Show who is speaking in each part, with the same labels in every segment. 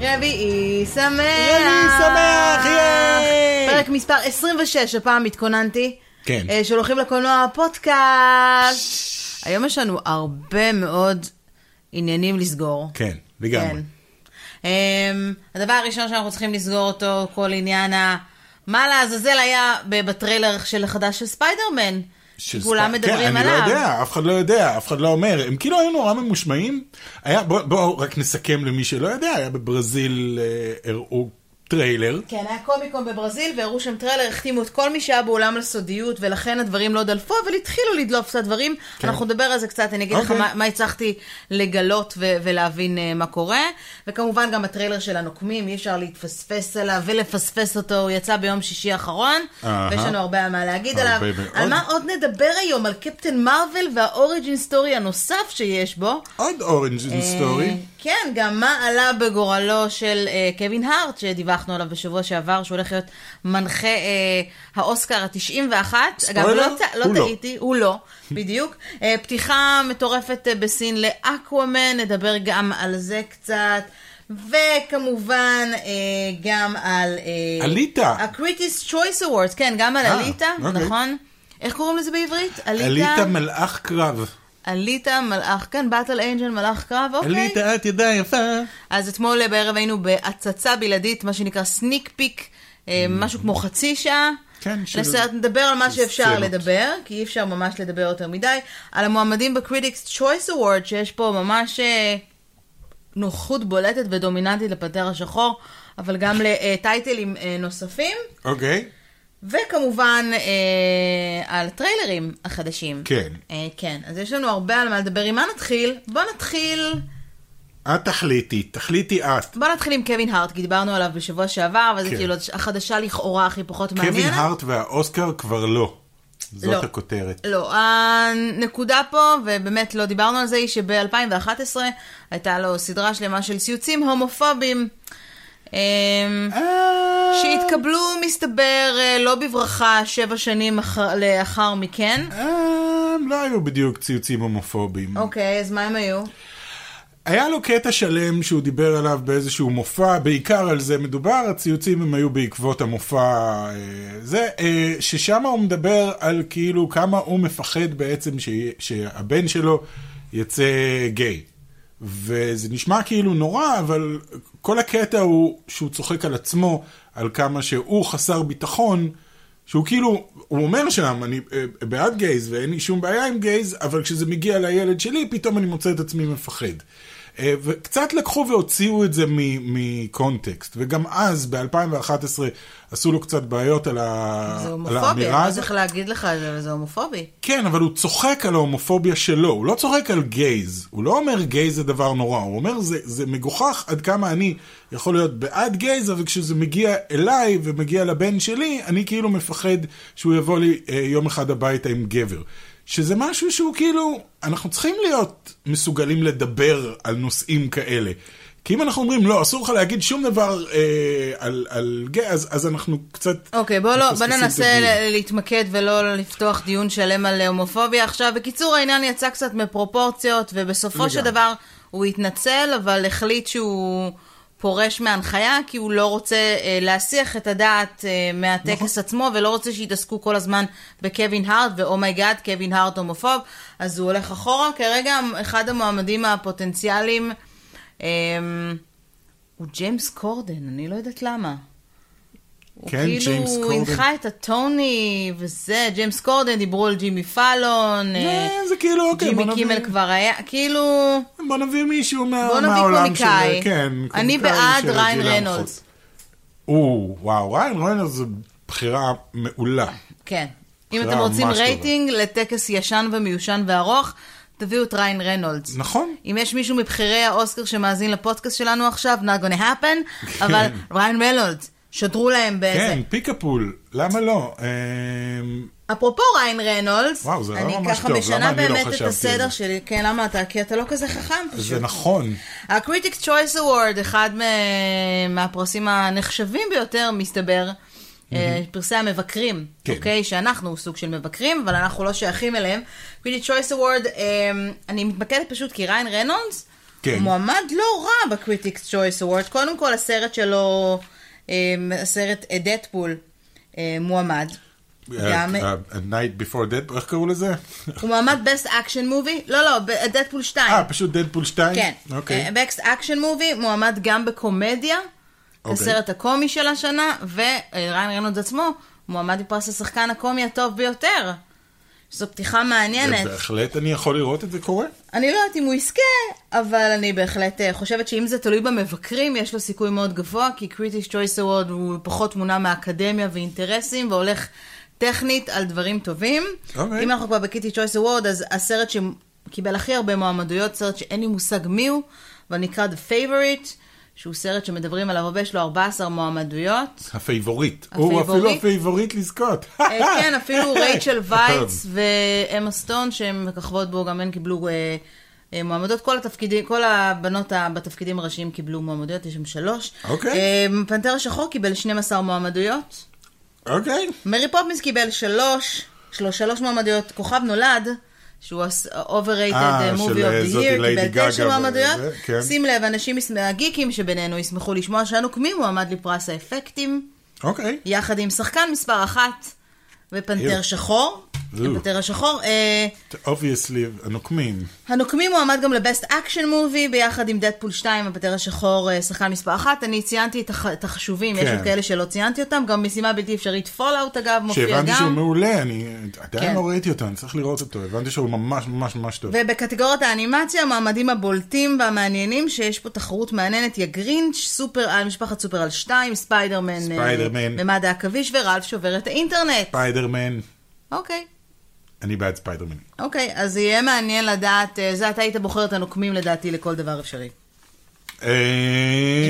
Speaker 1: רביעי שמח!
Speaker 2: רביעי שמח, ייי!
Speaker 1: אה, פרק מספר 26, הפעם התכוננתי.
Speaker 2: כן.
Speaker 1: אה, של הולכים לקולנוע פודקאסט. היום יש לנו הרבה מאוד עניינים לסגור.
Speaker 2: כן, לגמרי.
Speaker 1: כן. אמ, הדבר הראשון שאנחנו צריכים לסגור אותו, כל עניין ה... מה לעזאזל היה ב- בטריילר של החדש של ספיידרמן?
Speaker 2: של
Speaker 1: כולם
Speaker 2: ספ-
Speaker 1: מדברים
Speaker 2: כן,
Speaker 1: עליו.
Speaker 2: אני לא יודע, אף אחד לא יודע, אף אחד לא אומר. הם כאילו היו נורא ממושמעים. היה- בוא- בואו רק נסכם למי שלא יודע, היה בברזיל אה, הראו טריילר.
Speaker 1: כן, היה קומיקום בברזיל, והראו שם טריילר, החתימו את כל מי שהיה באולם לסודיות, ולכן הדברים לא דלפו, אבל התחילו לדלוף קצת דברים.
Speaker 2: כן.
Speaker 1: אנחנו נדבר על זה קצת, אני אגיד לך
Speaker 2: אוקיי.
Speaker 1: מה- מה הצלחתי לגלות ו- ולהבין אה, מה קורה. וכמובן גם הטריילר של הנוקמים, אי אפשר להתפספס עליו ולפספס אותו, הוא יצא ביום שישי האחרון,
Speaker 2: אהה.
Speaker 1: ויש לנו הרבה מה להגיד עליו.
Speaker 2: הרבה מאוד.
Speaker 1: על מה עוד נדבר היום? על קפטן מרוויל והאוריג'ין סטורי הנוסף שיש בו.
Speaker 2: עוד אורנג'
Speaker 1: אה,
Speaker 2: סטורי.
Speaker 1: כן, גם מה עלה בגורלו של אה, קווין הארט, שדיווחנו עליו בשבוע שעבר, שהוא הולך להיות מנחה אה, האוסקר ה-91. אגב, לא, ט- לא
Speaker 2: הוא לא.
Speaker 1: טעיתי, הוא לא, בדיוק. אה, פתיחה מטורפת אה, בסין לאקוואמן, נדבר גם על זה קצת. וכמובן אה, גם על... אה,
Speaker 2: אליטה.
Speaker 1: ה-Critics Choice Awards, כן, גם על
Speaker 2: אה,
Speaker 1: אליטה,
Speaker 2: אוקיי.
Speaker 1: נכון? איך קוראים לזה בעברית?
Speaker 2: עלית מלאך קרב.
Speaker 1: עלית מלאך, כן, באטל אנג'ל מלאך קרב, אוקיי.
Speaker 2: עלית את ידה יפה.
Speaker 1: אז אתמול אה, בערב היינו בהצצה בלעדית, מה שנקרא סניק פיק, אה, משהו כמו חצי שעה.
Speaker 2: Mm-hmm. כן, של-
Speaker 1: נסה- נדבר על מה
Speaker 2: של
Speaker 1: שאפשר
Speaker 2: סצנות.
Speaker 1: לדבר, כי אי אפשר ממש לדבר יותר מדי. על המועמדים בקריטיקס צ'וייס אוורד, שיש פה ממש אה, נוחות בולטת ודומיננטית לפנתר השחור, אבל גם לטייטלים אה, נוספים.
Speaker 2: אוקיי.
Speaker 1: וכמובן אה, על טריילרים החדשים.
Speaker 2: כן.
Speaker 1: אה, כן, אז יש לנו הרבה על מה לדבר. עם מה נתחיל? בוא נתחיל
Speaker 2: את תחליטי, תחליטי את.
Speaker 1: בוא נתחיל עם קווין הארט, כי דיברנו עליו בשבוע שעבר, אבל זו
Speaker 2: כן.
Speaker 1: כאילו החדשה לכאורה הכי פחות מעניינת.
Speaker 2: קווין הארט והאוסקר כבר לא.
Speaker 1: לא.
Speaker 2: זאת הכותרת.
Speaker 1: לא, הנקודה פה, ובאמת לא דיברנו על זה, היא שב-2011 הייתה לו סדרה שלמה של ציוצים הומופובים. אמ, שהתקבלו, מסתבר, אה, לא בברכה, שבע שנים אח- לאחר מכן.
Speaker 2: אה, הם לא היו בדיוק ציוצים הומופובים.
Speaker 1: אוקיי, אז מה הם היו?
Speaker 2: היה לו קטע שלם שהוא דיבר עליו באיזשהו מופע, בעיקר על זה מדובר, הציוצים הם היו בעקבות המופע אה, זה, אה, ששם הוא מדבר על כאילו כמה הוא מפחד בעצם ש... שהבן שלו יצא גיי. וזה נשמע כאילו נורא, אבל כל הקטע הוא שהוא צוחק על עצמו, על כמה שהוא חסר ביטחון. שהוא כאילו, הוא אומר שם, אני אה, בעד גייז ואין לי שום בעיה עם גייז, אבל כשזה מגיע לילד שלי, פתאום אני מוצא את עצמי מפחד. אה, וקצת לקחו והוציאו את זה מ- מקונטקסט, וגם אז, ב-2011, עשו לו קצת בעיות על, ה...
Speaker 1: זה
Speaker 2: על
Speaker 1: הומופובי, אני
Speaker 2: האמירה
Speaker 1: לא
Speaker 2: אה, הזאת.
Speaker 1: צריך להגיד לך את זה, אבל זה הומופובי.
Speaker 2: כן, אבל הוא צוחק על ההומופוביה שלו, הוא לא צוחק על גייז. הוא לא אומר גייז זה דבר נורא, הוא אומר זה, זה מגוחך עד כמה אני יכול להיות בעד גייז, אבל כשזה מגיע אליי ומגיע לבן שלי, אני כאילו מפחד שהוא יבוא לי אה, יום אחד הביתה עם גבר. שזה משהו שהוא כאילו, אנחנו צריכים להיות מסוגלים לדבר על נושאים כאלה. כי אם אנחנו אומרים, לא, אסור לך להגיד שום דבר אה, על, על גייז, אז, אז אנחנו קצת...
Speaker 1: אוקיי, בוא לא, בוא
Speaker 2: מפספסים את
Speaker 1: ננסה
Speaker 2: הדיון.
Speaker 1: ל- להתמקד ולא לפתוח דיון שלם על אה, הומופוביה. עכשיו, בקיצור, העניין יצא קצת מפרופורציות, ובסופו
Speaker 2: לגמרי.
Speaker 1: של דבר הוא התנצל, אבל החליט שהוא פורש מההנחיה, כי הוא לא רוצה אה, להסיח את הדעת אה, מהטקס עצמו, ולא רוצה שיתעסקו כל הזמן בקווין הארט, ואומייגאד, קווין הארט הומופוב, אז הוא הולך אחורה. כרגע אחד המועמדים הפוטנציאליים אה, הוא ג'יימס קורדן, אני לא יודעת למה.
Speaker 2: כן, ג'יימס
Speaker 1: הוא
Speaker 2: קורדן.
Speaker 1: כאילו הנחה את הטוני וזה, ג'יימס קורדן, דיברו על ג'ימי פאלון, אה,
Speaker 2: אה, זה כאילו, אוקיי, בוא
Speaker 1: ג'ימי
Speaker 2: נביא...
Speaker 1: קימל כבר היה, כאילו,
Speaker 2: בוא נביא מישהו מה,
Speaker 1: בוא נביא
Speaker 2: מהעולם
Speaker 1: קומיקאי.
Speaker 2: של... כן,
Speaker 1: אני
Speaker 2: קומיקאי
Speaker 1: בעד
Speaker 2: שרגיל
Speaker 1: ריין
Speaker 2: להנחות.
Speaker 1: רנולדס.
Speaker 2: או, וואו, ריין רנולדס זו בחירה מעולה.
Speaker 1: כן. אם
Speaker 2: בחירה
Speaker 1: אתם רוצים
Speaker 2: אה, ממש טובה.
Speaker 1: רייטינג לטקס ישן ומיושן וארוך, תביאו את ריין רנולדס.
Speaker 2: נכון?
Speaker 1: אם יש מישהו מבכירי האוסקר שמאזין לפודקאסט שלנו עכשיו, not gonna happen, אבל ריין רנולדס, שדרו להם באיזה...
Speaker 2: כן, פיקאפול, למה לא? אמ,
Speaker 1: אפרופו ריין רנולדס,
Speaker 2: וואו, זה לא
Speaker 1: אני
Speaker 2: ממש
Speaker 1: ככה
Speaker 2: טוב, למה
Speaker 1: משנה
Speaker 2: אני לא
Speaker 1: באמת את
Speaker 2: חשבתי על
Speaker 1: הסדר
Speaker 2: זה?
Speaker 1: שלי, כן, למה אתה? כי אתה לא כזה חכם פשוט.
Speaker 2: זה נכון.
Speaker 1: הקריטיקס צ'וייס אוורד, אחד מה- מהפרסים הנחשבים ביותר, מסתבר, אה, פרסי המבקרים,
Speaker 2: כן.
Speaker 1: אוקיי? שאנחנו סוג של מבקרים, אבל אמ, אנחנו לא שייכים אליהם. קריטיקס צ'וייס אוורד, אני מתמקדת פשוט כי ריין רנולדס,
Speaker 2: כן.
Speaker 1: מועמד לא רע בקריטיקס צ'וייס אוורד. קודם כל הסרט שלו, אה, הסרט דדפול, אה, מועמד. גם-
Speaker 2: אה, אה, A Night Before Deadpool, איך קראו לזה?
Speaker 1: הוא מועמד בסט אקשן מובי, לא לא, דדפול 2.
Speaker 2: אה, פשוט דדפול 2?
Speaker 1: כן.
Speaker 2: אוקיי.
Speaker 1: בקסט אקשן מובי מועמד גם בקומדיה,
Speaker 2: אוקיי.
Speaker 1: הסרט הקומי של השנה, וריין רנולד עצמו מועמד בפרס השחקן הקומי הטוב ביותר. זו פתיחה מעניינת.
Speaker 2: בהחלט אני יכול לראות את זה קורה.
Speaker 1: אני לא יודעת אם הוא יזכה, אבל אני בהחלט אה, חושבת שאם זה תלוי במבקרים, יש לו סיכוי מאוד גבוה, כי Critics Choice Award הוא פחות מונע מאקדמיה ואינטרסים, והולך טכנית על דברים טובים.
Speaker 2: אוקיי.
Speaker 1: אם אנחנו כבר בקריטי Choice Award, אז הסרט שקיבל הכי הרבה מועמדויות, סרט שאין לי מושג מיהו, אבל נקרא The Favorite, שהוא סרט שמדברים עליו הרבה, יש לו 14 מועמדויות.
Speaker 2: הפייבוריט. הוא אפילו
Speaker 1: הפייבוריט.
Speaker 2: הפייבוריט לזכות.
Speaker 1: אה, כן, אפילו רייצ'ל וייץ ואמה סטון, שהן מככבות בו, גם הן קיבלו אה, אה, מועמדות. כל התפקידים, כל הבנות ה- בתפקידים הראשיים קיבלו מועמדויות, יש שם שלוש.
Speaker 2: אוקיי.
Speaker 1: אה, פנתר השחור קיבל 12 מועמדויות.
Speaker 2: אוקיי.
Speaker 1: מרי פופינס קיבל שלוש, שלוש, שלוש מועמדויות. כוכב נולד. שהוא
Speaker 2: אה,
Speaker 1: ה-overrated
Speaker 2: של,
Speaker 1: movie
Speaker 2: אה,
Speaker 1: of the
Speaker 2: זאתי
Speaker 1: year,
Speaker 2: ליידי
Speaker 1: קיבל
Speaker 2: גגה
Speaker 1: תשע מועמדויות.
Speaker 2: וזה, כן.
Speaker 1: שים לב, אנשים, יס- הגיקים שבינינו ישמחו לשמוע שנוקמי מועמד לפרס האפקטים.
Speaker 2: אוקיי.
Speaker 1: יחד עם שחקן מספר אחת ופנתר
Speaker 2: איו.
Speaker 1: שחור.
Speaker 2: איו.
Speaker 1: הפנתר השחור. אה,
Speaker 2: אובייסלי, הנוקמים.
Speaker 1: הנוקמים מועמד גם לבסט אקשן מובי ביחד עם דדפול 2, הפנתר השחור, אה, שחקן מספר אחת. אני ציינתי את הח- את החשובים, יש
Speaker 2: כן.
Speaker 1: עוד כאלה שלא ציינתי אותם. גם משימה בלתי אפשרית פולאאוט אגב, מופיע
Speaker 2: שהבנתי שהוא
Speaker 1: גם.
Speaker 2: מעולה, אני
Speaker 1: כן.
Speaker 2: עדיין לא ראיתי אותו, אני צריך לראות אותו, הבנתי שהוא ממש ממש ממש טוב.
Speaker 1: ובקטגוריית האנימציה, המועמדים הבולטים והמעניינים, שיש פה תחרות מעניינת, יא גרינץ', סופר על, משפחת סופר על 2, ספיידרמן,
Speaker 2: ספיידרמן.
Speaker 1: ממד העכביש, ורלף שובר את האינטרנט.
Speaker 2: ספיידרמן,
Speaker 1: אוקיי.
Speaker 2: אני בעד ספיידרמן.
Speaker 1: אוקיי, אז יהיה מעניין לדעת, אה, זה אתה היית בוחר את הנוקמים לדעתי לכל דבר אפשרי,
Speaker 2: אה,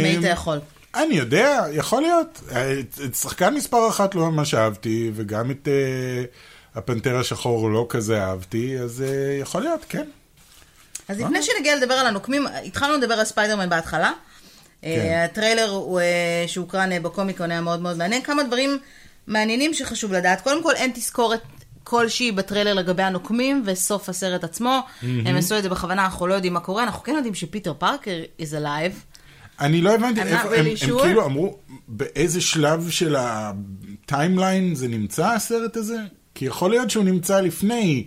Speaker 1: אם היית יכול.
Speaker 2: אמ, אני יודע, יכול להיות. אה, את- את שחקן מספר אחת לא ממש אהבתי, וגם את אה, הפנתר השחור לא כזה אהבתי, אז אה, יכול להיות, כן.
Speaker 1: אז לפני שנגיע לדבר על הנוקמים, התחלנו לדבר על ספיידרמן בהתחלה. אה, הטריילר הוא, אה, שהוקרן אה, בקומיקון היה מאוד מאוד מעניין. כמה דברים מעניינים שחשוב לדעת. קודם כל, אין תזכורת כלשהי בטריילר לגבי הנוקמים וסוף הסרט עצמו. הם עשו את זה בכוונה, אנחנו לא יודעים מה קורה. אנחנו כן יודעים שפיטר פארקר is alive.
Speaker 2: אני לא הבנתי
Speaker 1: I'm not
Speaker 2: איפה, הם,
Speaker 1: really
Speaker 2: הם
Speaker 1: sure.
Speaker 2: כאילו אמרו, באיזה שלב של הטיימליין זה נמצא הסרט הזה? כי יכול להיות שהוא נמצא לפני,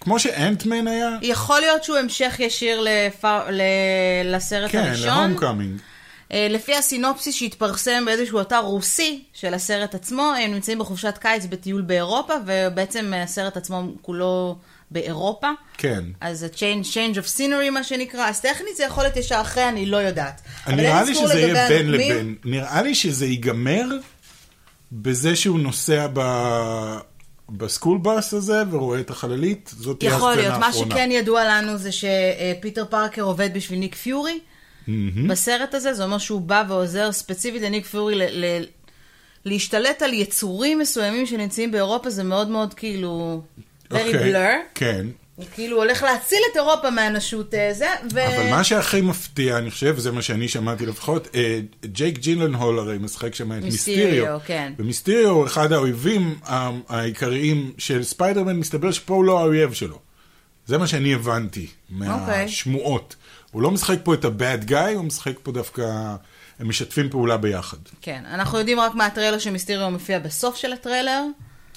Speaker 2: כמו שאנטמן היה,
Speaker 1: יכול להיות שהוא המשך ישיר לפא- ל- לסרט
Speaker 2: כן,
Speaker 1: הראשון.
Speaker 2: להומקאמינג.
Speaker 1: אה, לפי הסינופסיס שהתפרסם באיזשהו אתר רוסי של הסרט עצמו, הם נמצאים בחופשת קיץ בטיול באירופה, ובעצם אה, הסרט עצמו כולו באירופה.
Speaker 2: כן.
Speaker 1: אז ה- change, change of scenery מה שנקרא, אז טכנית זה יכול להיות ישר אחרי, אני לא יודעת.
Speaker 2: אני
Speaker 1: אבל אין
Speaker 2: נראה לי
Speaker 1: אזכור
Speaker 2: שזה יהיה
Speaker 1: לגבי
Speaker 2: בין
Speaker 1: הנוקמים.
Speaker 2: לבין. נראה לי שזה ייגמר בזה שהוא נוסע ב... בסקול בס הזה ורואה את החללית, זאת תהיה הסצנה
Speaker 1: יכול
Speaker 2: האחרונה.
Speaker 1: להיות, מה שכן ידוע לנו זה שפיטר פארקר עובד בשביל ניק פיורי
Speaker 2: Hmm?
Speaker 1: בסרט הזה, זה אומר שהוא בא ועוזר ספציפית לניק פיורי ל- ל- להשתלט על יצורים מסוימים שנמצאים באירופה, זה מאוד מאוד כאילו, very
Speaker 2: אוקיי,
Speaker 1: blur.
Speaker 2: כן,
Speaker 1: הוא כאילו הולך להציל את אירופה מהאנושות אה, זה, ו...
Speaker 2: אבל מה שהכי מפתיע, אני חושב, זה מה שאני שמעתי לפחות, אה, ג'ייק ג'ילנהול הרי משחק שם את
Speaker 1: מיסטריו,
Speaker 2: מיסטריו.
Speaker 1: כן.
Speaker 2: ומיסטריו הוא אחד האויבים ה- העיקריים של ספיידרמן, מסתבר שפה הוא לא האויב שלו. זה מה שאני הבנתי
Speaker 1: אוקיי.
Speaker 2: מהשמועות. הוא לא משחק פה את הבאד גאי, הוא משחק פה דווקא, הם משתפים פעולה ביחד.
Speaker 1: כן, אנחנו יודעים רק מהטריילר שמיסטריו מופיע בסוף של הטריילר,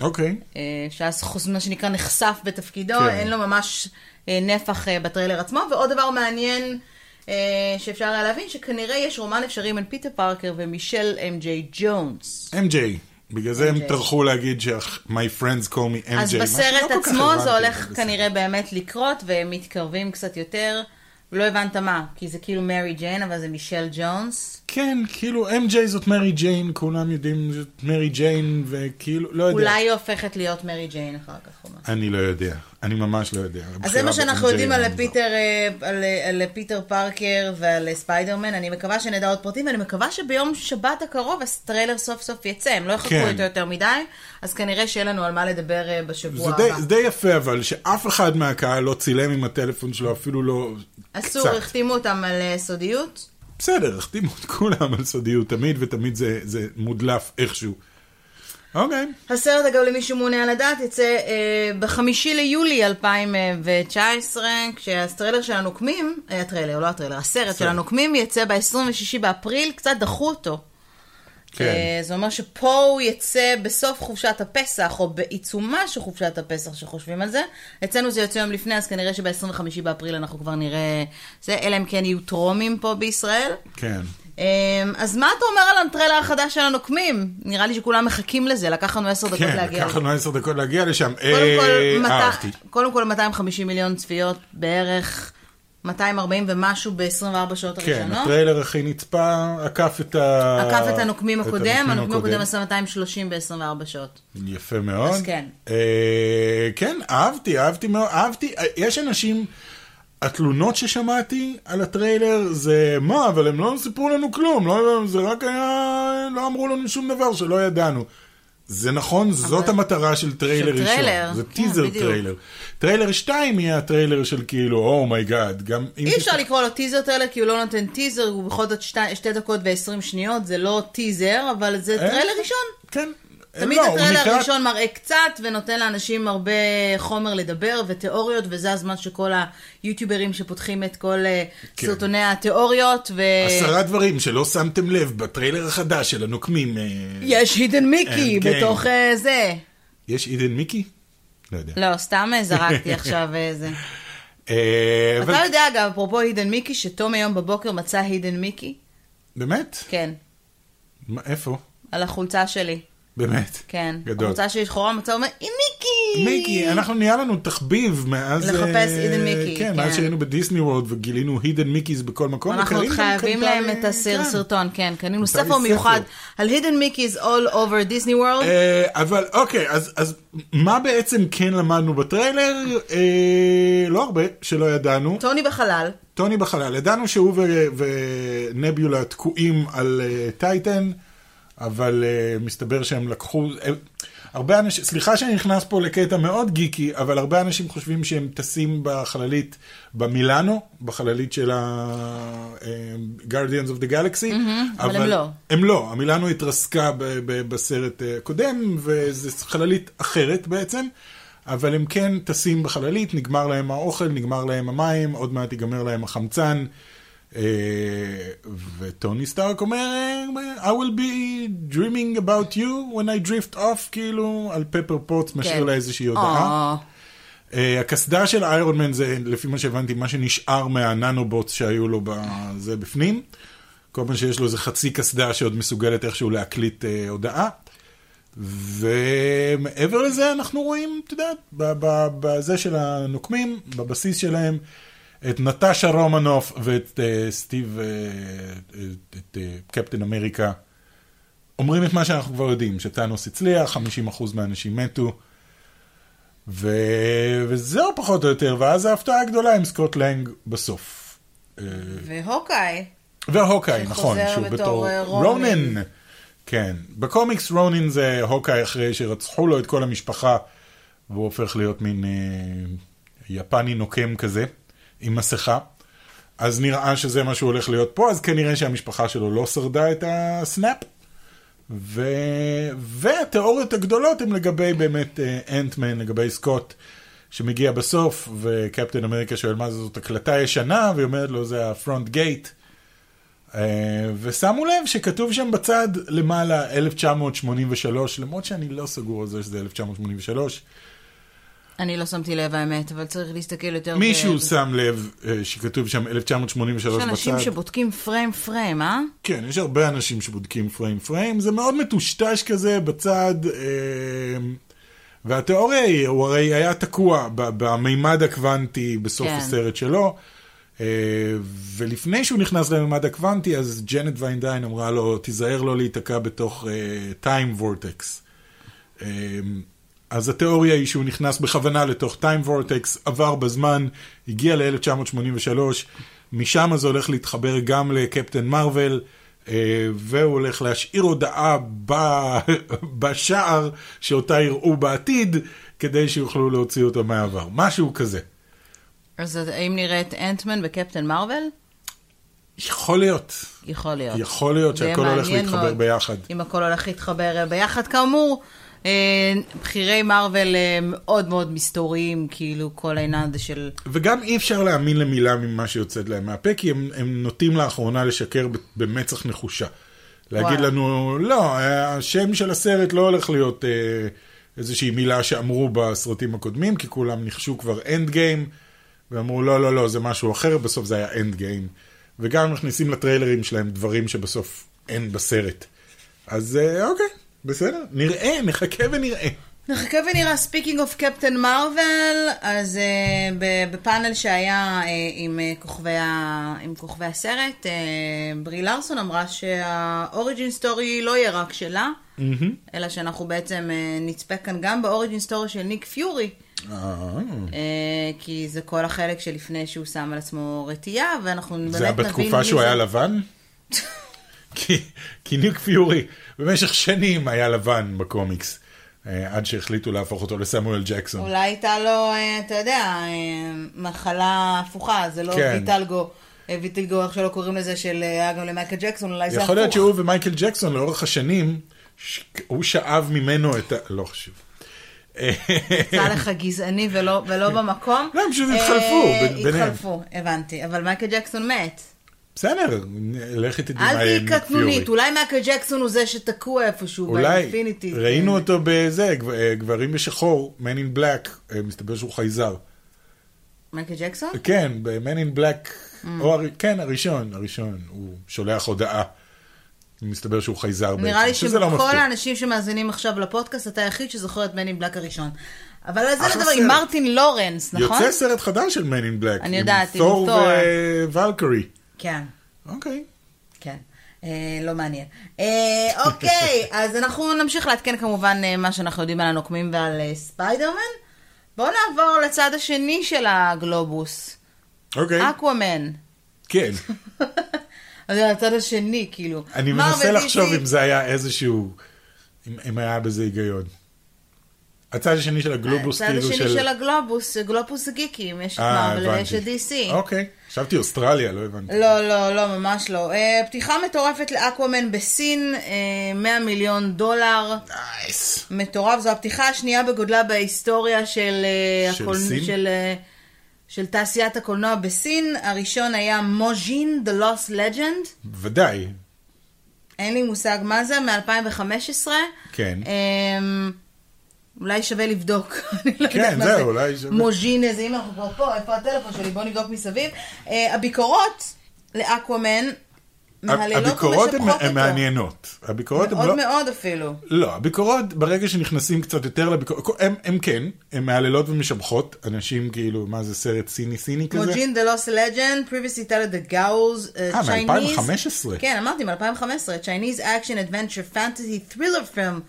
Speaker 2: אוקיי.
Speaker 1: אה, שאז חוס- מה שנקרא נחשף בתפקידו,
Speaker 2: כן.
Speaker 1: אין לו ממש אה, נפח אה, בטריילר עצמו, ועוד דבר מעניין אה, שאפשר היה להבין, שכנראה יש רומן אפשרי בין פיטר פארקר ומישל אמג'יי ג'ונס.
Speaker 2: MJ. בגלל זה הם
Speaker 1: MJ.
Speaker 2: טרחו להגיד ש-My friends call me
Speaker 1: אז
Speaker 2: MJ. מה שלא
Speaker 1: בסרט
Speaker 2: כל כך
Speaker 1: עצמו
Speaker 2: הבנתי,
Speaker 1: זה הולך
Speaker 2: אבל
Speaker 1: כנראה באמת לקרות, והם מתקרבים קצת יותר. לא הבנת מה, כי זה כאילו מרי ג'יין, אבל זה מישל ג'ונס.
Speaker 2: כן, כאילו, MJ זאת מרי ג'יין, כולם יודעים זאת מרי ג'יין, וכאילו, לא יודע.
Speaker 1: אולי היא הופכת להיות מרי ג'יין אחר כך. או משהו.
Speaker 2: אני לא יודע, אני ממש לא יודע.
Speaker 1: אז זה
Speaker 2: הבחירה לא
Speaker 1: מה שאנחנו
Speaker 2: ב-MJ
Speaker 1: יודעים על
Speaker 2: היא מוזרה.
Speaker 1: פיטר, אה, על, אה, על פיטר פארקר ועל אה, ספיידרמן. אני מקווה שנדע עוד פרטים, ואני מקווה שביום שבת הקרוב הטריילר סוף סוף יצא. הם לא יחכו
Speaker 2: כן.
Speaker 1: איתו יותר מדי, אז כנראה שיהיה לנו על מה לדבר אה, בשבוע
Speaker 2: זה
Speaker 1: הבא.
Speaker 2: די, זה די יפה, אבל שאף אחד מהקהל לא צילם עם הטלפון שלו, אפילו לא
Speaker 1: אסור,
Speaker 2: קצת.
Speaker 1: החתימו אותם על אה, סודיות.
Speaker 2: בסדר, החתימו את כולם על סודיות תמיד, ותמיד זה, זה מודלף איכשהו. אוקיי.
Speaker 1: הסרט, אגב, למי שמעוניין לדעת, יצא אה, בחמישי ליולי 2019, כשהטריילר של הנוקמים, אה, הטריילר, לא הטריילר, הסרט של הנוקמים יצא ב-26 באפריל, קצת דחו אותו.
Speaker 2: כן.
Speaker 1: אה, זה אומר שפה הוא יצא בסוף חופשת הפסח, או בעיצומה של חופשת הפסח, שחושבים על זה. אצלנו זה יוצא יום לפני, אז כנראה שב-25 באפריל אנחנו כבר נראה זה, אלא אם כן יהיו טרומים פה בישראל.
Speaker 2: כן.
Speaker 1: אה, אז מה אתה אומר על הטריילר החדש של הנוקמים? נראה לי שכולם מחכים לזה, לקח לנו עשר דקות
Speaker 2: כן,
Speaker 1: להגיע.
Speaker 2: לקח לנו עשר דקות להגיע לשם.
Speaker 1: קודם
Speaker 2: אה,
Speaker 1: כל, כן, מאתיים-
Speaker 2: אהבתי.
Speaker 1: קודם כל 250 מיליון צפיות בערך. 240 ומשהו ב-24 שעות
Speaker 2: כן,
Speaker 1: הראשונות.
Speaker 2: הטריילר הכי נצפה עקף את ה...
Speaker 1: לא? עקף את הנוקמים הקודם, הנוקמים הקודם
Speaker 2: הקודם.
Speaker 1: עשה 230 ב-24 שעות.
Speaker 2: יפה מאוד.
Speaker 1: אז כן.
Speaker 2: אה, כן, אהבתי, אהבתי מאוד, אהבתי, אה, יש אנשים, התלונות ששמעתי על הטריילר זה מה, אבל הם לא סיפרו לנו כלום, לא, זה רק היה, לא אמרו לנו שום דבר שלא ידענו. זה נכון, זאת המטרה של טריילר
Speaker 1: של
Speaker 2: ראשון.
Speaker 1: טריילר,
Speaker 2: זה
Speaker 1: כן,
Speaker 2: טיזר
Speaker 1: בדיוק.
Speaker 2: טריילר. טריילר 2 יהיה הטריילר של כאילו, אומייגאד, גם אם...
Speaker 1: אי אפשר
Speaker 2: תסתכל-
Speaker 1: לקרוא לו טיזר טריילר כי הוא לא נותן טיזר, הוא בכל זאת שתי, שתי דקות ועשרים שניות, זה לא טיזר, אבל זה
Speaker 2: אה?
Speaker 1: טריילר ראשון.
Speaker 2: כן.
Speaker 1: תמיד
Speaker 2: לא, הוא
Speaker 1: הטריילר
Speaker 2: נקרא-
Speaker 1: הראשון מראה קצת ונותן לאנשים הרבה חומר לדבר ותיאוריות, וזה הזמן שכל היוטיוברים שפותחים את כל אה,
Speaker 2: כן.
Speaker 1: סרטוני התיאוריות, ו...
Speaker 2: עשרה דברים שלא שמתם לב בטריילר החדש של הנוקמים. אה,
Speaker 1: יש הידן מיקי
Speaker 2: כן.
Speaker 1: בתוך אה, זה.
Speaker 2: יש עידן מיקי? לא יודע.
Speaker 1: לא, סתם אה, זרקתי עכשיו אה, זה.
Speaker 2: אה, אבל...
Speaker 1: אתה יודע, אגב, אפרופו הידן מיקי, שתום היום בבוקר מצא הידן מיקי?
Speaker 2: באמת?
Speaker 1: כן,
Speaker 2: מה, איפה?
Speaker 1: על החולצה שלי.
Speaker 2: באמת.
Speaker 1: כן.
Speaker 2: גדול.
Speaker 1: הקבוצה שלי שחורה מצאה אומר, היא מיקי!
Speaker 2: מיקי, אנחנו נהיה לנו תחביב מאז...
Speaker 1: לחפש
Speaker 2: אה,
Speaker 1: הידן מיקי,
Speaker 2: כן, מאז
Speaker 1: כן.
Speaker 2: שהיינו בדיסני וורד וגילינו הידן מיקיז בכל מקום.
Speaker 1: אנחנו עוד
Speaker 2: וקרין לא גם
Speaker 1: חייבים
Speaker 2: קנתה
Speaker 1: להם
Speaker 2: לי-
Speaker 1: את הסיר
Speaker 2: כן.
Speaker 1: סרטון, כן, קנינו
Speaker 2: קנתה לי
Speaker 1: ספר מיוחד
Speaker 2: ספר.
Speaker 1: על hidden mickeys all over Disney world.
Speaker 2: אה, אבל אוקיי, אז, אז מה בעצם כן למדנו בטריילר? אה, לא הרבה, שלא ידענו.
Speaker 1: טוני בחלל,
Speaker 2: טוני בחלל, ידענו שהוא ו- ונביולה תקועים על אה, טייטן, אבל אה, מסתבר שהם לקחו... הם- הרבה אנשים, סליחה שאני נכנס פה לקטע מאוד גיקי, אבל הרבה אנשים חושבים שהם טסים בחללית במילאנו, בחללית של ה-Guardians of the Galaxy.
Speaker 1: אבל הם לא.
Speaker 2: הם לא, המילאנו התרסקה ב- ב- בסרט אה, הקודם, וזו חללית אחרת בעצם, אבל הם כן טסים בחללית, נגמר להם האוכל, נגמר להם המים, עוד מעט ייגמר להם החמצן. אה, וטוני סטארק אומר, אה, I will be dreaming about you when I drift off, כאילו, על פפר פוטס משאיר
Speaker 1: כן.
Speaker 2: לה איזושהי הודעה.
Speaker 1: אה,
Speaker 2: אה, הקסדה של איירון מן זה, לפי מה שהבנתי, מה שנשאר מהננובוטס שהיו לו בזה בפנים. כל פעם שיש לו איזה חצי קסדה שעוד מסוגלת איכשהו להקליט אה, הודעה. ומעבר לזה אנחנו רואים, את יודעת, ב- ב- בזה של הנוקמים, בבסיס שלהם, את נטשה רומנוף ואת אה, סטיב, אה, את- את אה, קפטן אמריקה. אומרים את מה שאנחנו כבר יודעים, שטאנוס הצליח, 50% מהאנשים מתו. ו... וזהו פחות או יותר, ואז ההפתעה הגדולה עם סקוט לנג בסוף. אה,
Speaker 1: והוקאי,
Speaker 2: והוקאי,
Speaker 1: שחוזר
Speaker 2: נכון, שהוא
Speaker 1: בתור,
Speaker 2: בתור
Speaker 1: אה, רונין.
Speaker 2: רונין. כן, בקומיקס רונין זה הוקאי אחרי שרצחו לו את כל המשפחה, והוא הופך להיות מין אה, יפני נוקם כזה, עם מסכה. אז נראה שזה מה שהוא הולך להיות פה, אז כנראה שהמשפחה שלו לא שרדה את הסנאפ. ו... והתיאוריות הגדולות הן לגבי באמת אה, אנטמן, לגבי סקוט שמגיע בסוף, וקפטן אמריקה שואל מה זה, זאת הקלטה ישנה, והיא אומרת לו זה הפרונט גייט. אה, ושמו לב שכתוב שם בצד למעלה 1983, למרות שאני לא סגור על זה שזה 1983.
Speaker 1: אני לא שמתי לב האמת, אבל צריך להסתכל יותר.
Speaker 2: מישהו
Speaker 1: ב-
Speaker 2: שם לב אה, שכתוב שם 1983
Speaker 1: יש
Speaker 2: בצד.
Speaker 1: אנשים שבודקים פריים פריים, אה?
Speaker 2: כן, יש הרבה אנשים שבודקים פריים פריים, זה מאוד מטושטש כזה בצד, אה, והתיאוריה היא, הוא הרי היה תקוע ב- במימד הקוונטי בסוף
Speaker 1: כן.
Speaker 2: הסרט שלו, אה, ולפני שהוא נכנס למימד הקוונטי, אז ג'נט ויינדיין אמרה לו, תיזהר לא להיתקע בתוך אה, טיים וורטקס. אמ, אז התיאוריה היא שהוא נכנס בכוונה לתוך טיים וורטקס, עבר בזמן, הגיע ל-1983, משם זה הולך להתחבר גם לקפטן מרוויל, אה, והוא הולך להשאיר הודעה ב- בשער שאותה יראו בעתיד, כדי שיוכלו להוציא אותו מהעבר, משהו כזה.
Speaker 1: אז האם נראה את אנטמן בקפטן מרוויל?
Speaker 2: יכול להיות,
Speaker 1: יכול להיות.
Speaker 2: יכול להיות
Speaker 1: אה, זה יהיה
Speaker 2: שהכל הולך
Speaker 1: מעניין
Speaker 2: להתחבר
Speaker 1: מאוד.
Speaker 2: ביחד.
Speaker 1: אם הכל הולך להתחבר אה, ביחד, כאמור, אה, בכירי מארוול אה, מאוד מאוד מסתוריים, כאילו כל העניין הזה של...
Speaker 2: וגם אי אפשר להאמין למילה ממה שיוצאת להם מהפה, כי הם, הם נוטים לאחרונה לשקר ב- במצח נחושה. להגיד
Speaker 1: וואו.
Speaker 2: לנו, לא, השם של הסרט לא הולך להיות אה, איזושהי מילה שאמרו בסרטים הקודמים, כי כולם ניחשו כבר אנד גיים, ואמרו, לא, לא, לא, זה משהו אחר, בסוף זה היה אנד גיים. וגם מכניסים לטריילרים שלהם דברים שבסוף אין בסרט. אז אה, אוקיי, בסדר, נראה, נחכה ונראה.
Speaker 1: נחכה ונראה, ספיקינג אוף קפטן מרוויל, אז uh, בפאנל שהיה uh, עם, uh, כוכבי ה, עם כוכבי הסרט, uh, ברי לארסון אמרה שהאוריג'ין סטורי לא יהיה רק שלה, mm-hmm. אלא שאנחנו בעצם uh, נצפה כאן גם באוריג'ין סטורי של ניק פיורי,
Speaker 2: אה,
Speaker 1: uh, כי זה כל החלק שלפני שהוא שם על עצמו רטייה, ואנחנו באמת נבין...
Speaker 2: זה היה
Speaker 1: מי
Speaker 2: בתקופה שהוא
Speaker 1: זה.
Speaker 2: היה לבן? כי, כי ניק פיורי במשך שנים היה לבן בקומיקס, אה, עד שהחליטו להפוך אותו לסמואל ג'קסון.
Speaker 1: אולי הייתה לו, אה, אתה יודע, אה, מחלה הפוכה, זה לא
Speaker 2: כן.
Speaker 1: ויטלגו. אה, ויטלגו, איך שלא קוראים לזה, של אה, היה גם למייקל ג'קסון, אולי זה הפוך.
Speaker 2: יכול להיות שהוא ומייקל ג'קסון לאורך השנים, ש... הוא שאב ממנו את ה... לא חשוב. אה,
Speaker 1: יצא לך גזעני ולא ולא במקום.
Speaker 2: לא, הם פשוט התחלפו
Speaker 1: אה,
Speaker 2: בין- ביניהם.
Speaker 1: התחלפו, הבנתי. אבל מייקל ג'קסון מת.
Speaker 2: בסדר, לכי תדעי
Speaker 1: אל
Speaker 2: מה יהיה עם אה,
Speaker 1: תהיי
Speaker 2: ניק פיורי.
Speaker 1: קטנונית, אולי מייקל ג'קסון הוא זה שתקוע איפשהו,
Speaker 2: אולי,
Speaker 1: באינפיניטי. כן.
Speaker 2: ראינו אותו בזה, גב- אה, גברים בשחור, Man in Black, אה, מסתבר שהוא חייזר.
Speaker 1: מייקל ג'קסון?
Speaker 2: כן, ב-Man in Black,
Speaker 1: Mm.
Speaker 2: או, הר- כן, הראשון, הראשון, הוא שולח הודעה. מסתבר שהוא חייזר בעצם,
Speaker 1: נראה לי
Speaker 2: שזה לא
Speaker 1: שמכל
Speaker 2: מפתיע.
Speaker 1: האנשים שמאזינים עכשיו לפודקאסט, אתה היחיד שזוכר את מני בלק הראשון. אבל על זה
Speaker 2: אחלה
Speaker 1: נדבר עם
Speaker 2: סרט.
Speaker 1: מרטין לורנס, נכון?
Speaker 2: אה, יוצא סרט חדש של Man in Black.
Speaker 1: אני יודעת, עם
Speaker 2: עם תור
Speaker 1: תור.
Speaker 2: ווולקרי.
Speaker 1: כן.
Speaker 2: אוקיי.
Speaker 1: כן. אה, לא מעניין. אה, אוקיי, אז אנחנו נמשיך לעדכן כמובן אה, מה שאנחנו יודעים על הנוקמים ועל אה, ספיידרמן. בואו נעבור לצד השני של הגלובוס.
Speaker 2: אוקיי,
Speaker 1: אה, אקוואמן.
Speaker 2: כן.
Speaker 1: אז זה הצד השני, כאילו.
Speaker 2: אני
Speaker 1: מרוויל,
Speaker 2: מנסה לחשוב
Speaker 1: דיסני-
Speaker 2: אם זה היה איזשהו, אם- אם היה בזה היגיון. הצד השני של הגלובוס, כאילו של...
Speaker 1: הצד השני של הגלובוס, גלובוס הגיקים. יש את
Speaker 2: אה,
Speaker 1: מרוויל ויש
Speaker 2: הבנתי.
Speaker 1: את DC.
Speaker 2: אוקיי. חשבתי אוסטרליה, לא הבנתי.
Speaker 1: לא, לא, לא, ממש לא. אה, פתיחה מטורפת לאקוואמן בסין, אה, 100 מיליון דולר.
Speaker 2: נייס.
Speaker 1: מטורף, זו הפתיחה השנייה בגודלה בהיסטוריה של, אה,
Speaker 2: של
Speaker 1: הקול-
Speaker 2: סין?
Speaker 1: של, אה, של תעשיית הקולנוע בסין. הראשון היה מוז'ין, The Lost Legend.
Speaker 2: ודאי.
Speaker 1: אין לי מושג מה זה, מ-2015.
Speaker 2: כן.
Speaker 1: אמ, אולי שווה לבדוק. אני לא
Speaker 2: כן,
Speaker 1: יודעת מה
Speaker 2: זהו,
Speaker 1: זה.
Speaker 2: אולי שווה.
Speaker 1: מוז'ין איזה, אם אנחנו כבר פה, איפה הטלפון שלי? בואו נבדוק מסביב. אה, הביקורות לאקוואמן מהללות
Speaker 2: הביקורות הן-
Speaker 1: ומשבחות
Speaker 2: הן
Speaker 1: אותו.
Speaker 2: מעניינות. הביקורות הן לא...
Speaker 1: מאוד מאוד אפילו.
Speaker 2: לא, הביקורות, ברגע שנכנסים קצת יותר לביקורות, הם, הם כן, הם מהללות ומשבחות, אנשים כאילו, מה זה סרט סיני-סיני כזה?
Speaker 1: מוג'ין דה לוס לג'נד, פריביסי טלד דה גאוז,
Speaker 2: אה, מ-2015.
Speaker 1: כן, אמרתי מ-2015, Chinese action adventure fantasy thriller film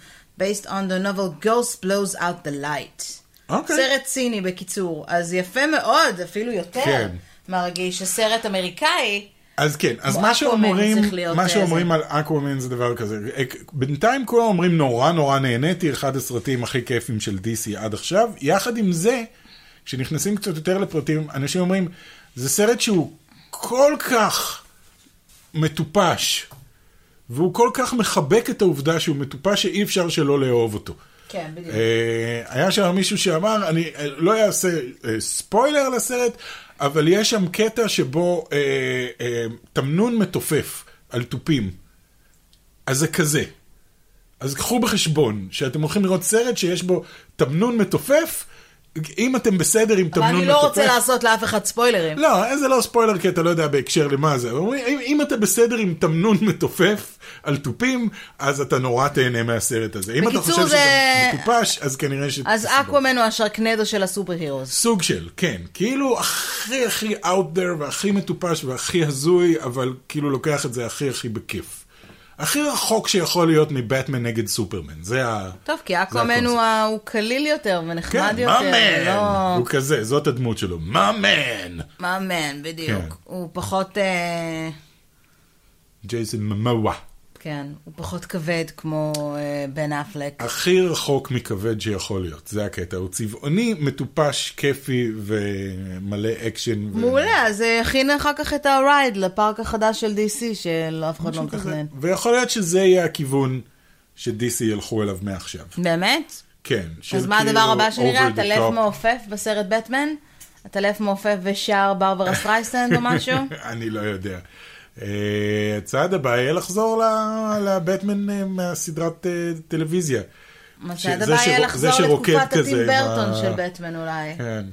Speaker 1: based on the novel Ghost blows out the light.
Speaker 2: אוקיי.
Speaker 1: סרט סיני בקיצור, אז יפה מאוד, אפילו יותר,
Speaker 2: כן.
Speaker 1: מהרגיל שסרט אמריקאי,
Speaker 2: אז כן, אז
Speaker 1: כמו
Speaker 2: מה שאומרים,
Speaker 1: Aquaman צריך להיות אה, זה,
Speaker 2: מה שאומרים על אקוואמן זה דבר כזה, אה, בינתיים כולם אומרים נורא נורא נהניתי, אחד הסרטים הכי כיפים של DC עד עכשיו, יחד עם זה, כשנכנסים קצת יותר לפרטים, אנשים אומרים, זה סרט שהוא כל כך מטופש, והוא כל כך מחבק את העובדה שהוא מטופש שאי אפשר שלא לאהוב אותו.
Speaker 1: כן, בדיוק.
Speaker 2: אה, היה שם מישהו שאמר, אני אה, לא אעשה אה, ספוילר לסרט, אבל יש שם קטע שבו אה, אה, תמנון מתופף על תופים. אז זה כזה. אז קחו בחשבון שאתם הולכים לראות סרט שיש בו תמנון מתופף, אם אתם בסדר עם
Speaker 1: אבל
Speaker 2: תמנון מתופף.
Speaker 1: אני לא רוצה לעשות לאף אחד ספוילרים.
Speaker 2: לא, זה לא ספוילר כי אתה לא יודע בהקשר למה זה. אומרים, אם, אם אתה בסדר עם תמנון מתופף על תופים, אז אתה נורא תהנה מהסרט הזה. אם אתה
Speaker 1: בקיצור,
Speaker 2: חושב
Speaker 1: זה-
Speaker 2: שזה מטופש, אז כנראה ש...
Speaker 1: אז אקוואמן הוא השרקנדו של הסופר הירוס.
Speaker 2: סוג של, כן. כאילו הכי הכי out there והכי מטופש והכי הזוי, אבל כאילו לוקח את זה הכי הכי בכיף. הכי רחוק שיכול להיות מבטמן נגד סופרמן. זה ה...
Speaker 1: טוב, כי
Speaker 2: זה
Speaker 1: אקוואמן הוא
Speaker 2: הקונספט.
Speaker 1: ה- הוא קליל יותר ונחמד
Speaker 2: כן,
Speaker 1: יותר.
Speaker 2: מאמן!
Speaker 1: לא-
Speaker 2: הוא כזה, זאת הדמות שלו. מאמן!
Speaker 1: מאמן, בדיוק.
Speaker 2: כן.
Speaker 1: הוא פחות, אה,
Speaker 2: ג'ייסון ממואה.
Speaker 1: כן, הוא פחות כבד כמו אה, בן אפלק.
Speaker 2: הכי רחוק מכבד שיכול להיות, זה הקטע. הוא צבעוני, מטופש, כיפי ומלא אקשן. ו-
Speaker 1: מעולה, אז אה, הכין אחר כך את הרייד לפארק החדש של DC, שלא אף אחד לא
Speaker 2: משהו כזה.
Speaker 1: מתכנן.
Speaker 2: ויכול להיות שזה יהיה הכיוון ש-DC ילכו אליו מעכשיו.
Speaker 1: באמת?
Speaker 2: כן.
Speaker 1: אז
Speaker 2: של
Speaker 1: מה הדבר
Speaker 2: כאילו
Speaker 1: הבא שנראה?
Speaker 2: over the
Speaker 1: הטלף
Speaker 2: top.
Speaker 1: מעופף בסרט בטמן? הטלף מעופף ושר ברברה סטרייסטנד או משהו?
Speaker 2: אני לא יודע. אה, הצעד הבא יהיה לחזור ל- לבטמן אה, מהסדרת אה, טלוויזיה.
Speaker 1: מצד
Speaker 2: זה
Speaker 1: הבא יהיה
Speaker 2: שרו-
Speaker 1: לחזור
Speaker 2: זה שרוקד
Speaker 1: לתקופת
Speaker 2: כזה
Speaker 1: הטים
Speaker 2: עם
Speaker 1: ברטון
Speaker 2: ה-
Speaker 1: של בטמן אולי.
Speaker 2: כן.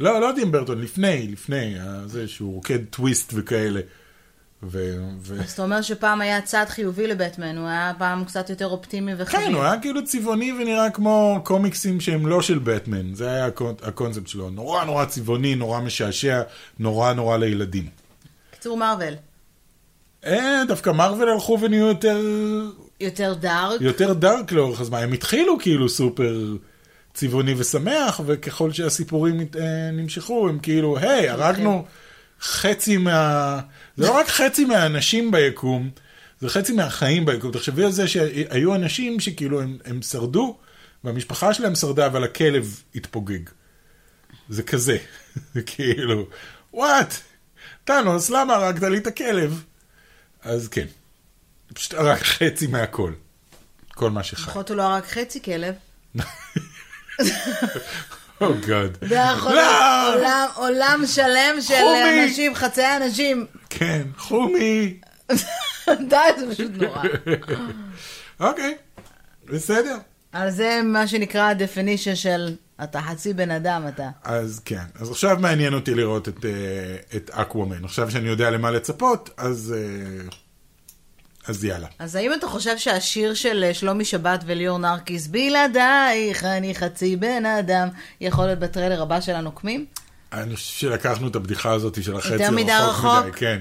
Speaker 2: לא, לא טים ברטון, לפני, לפני, אה, זה שהוא רוקד טוויסט וכאלה. ו... ו...
Speaker 1: אז אתה אומר שפעם היה צעד חיובי לבטמן, הוא היה פעם קצת יותר אופטימי וחביב.
Speaker 2: כן, הוא היה כאילו צבעוני ונראה כמו קומיקסים שהם לא של בטמן. זה היה הקונ- הקונספט שלו. נורא נורא צבעוני, נורא משעשע, נורא נורא לילדים.
Speaker 1: קיצור מרוויל.
Speaker 2: אה, דווקא מרוויל הלכו ונהיו יותר,
Speaker 1: יותר דארק.
Speaker 2: יותר דארק לאורך הזמן. הם התחילו כאילו סופר צבעוני ושמח, וככל שהסיפורים מת- אה, נמשכו, הם כאילו, היי, הרגנו חצי מה... זה לא רק חצי מהאנשים ביקום, זה חצי מהחיים ביקום. תחשבי על זה שהיו אנשים שכאילו הם, הם שרדו, והמשפחה שלהם שרדה, אבל הכלב התפוגג. זה כזה. זה כאילו, וואט, טאנוס, למה הרגת לי את הכלב? אז כן. פשוט הרג חצי מהכל. כל מה שחי.
Speaker 1: לפחות הוא לא הרג חצי כלב.
Speaker 2: או גאד.
Speaker 1: זה היה יכול להיות עולם- עולם שלם של
Speaker 2: לא! חומי!
Speaker 1: אנשים, חצאי אנשים.
Speaker 2: כן, חומי.
Speaker 1: די, זה פשוט נורא.
Speaker 2: אוקיי, בסדר.
Speaker 1: על זה מה שנקרא ה-definition של אתה חצי בן אדם אתה.
Speaker 2: אז כן, אז עכשיו מעניין אותי לראות את, אה, את אקוומן. עכשיו שאני יודע למה לצפות, אז, אה, אז יאללה.
Speaker 1: אז האם אתה חושב שהשיר של אה, שלומי שבת וליאור נרקיס, בלעדייך אני חצי בן אדם, יכול להיות בטריילר הבא של הנוקמים?
Speaker 2: אני חושב שלקחנו את הבדיחה הזאת של החצי
Speaker 1: יותר
Speaker 2: רחוק
Speaker 1: מדי רחוק.
Speaker 2: מדי, כן.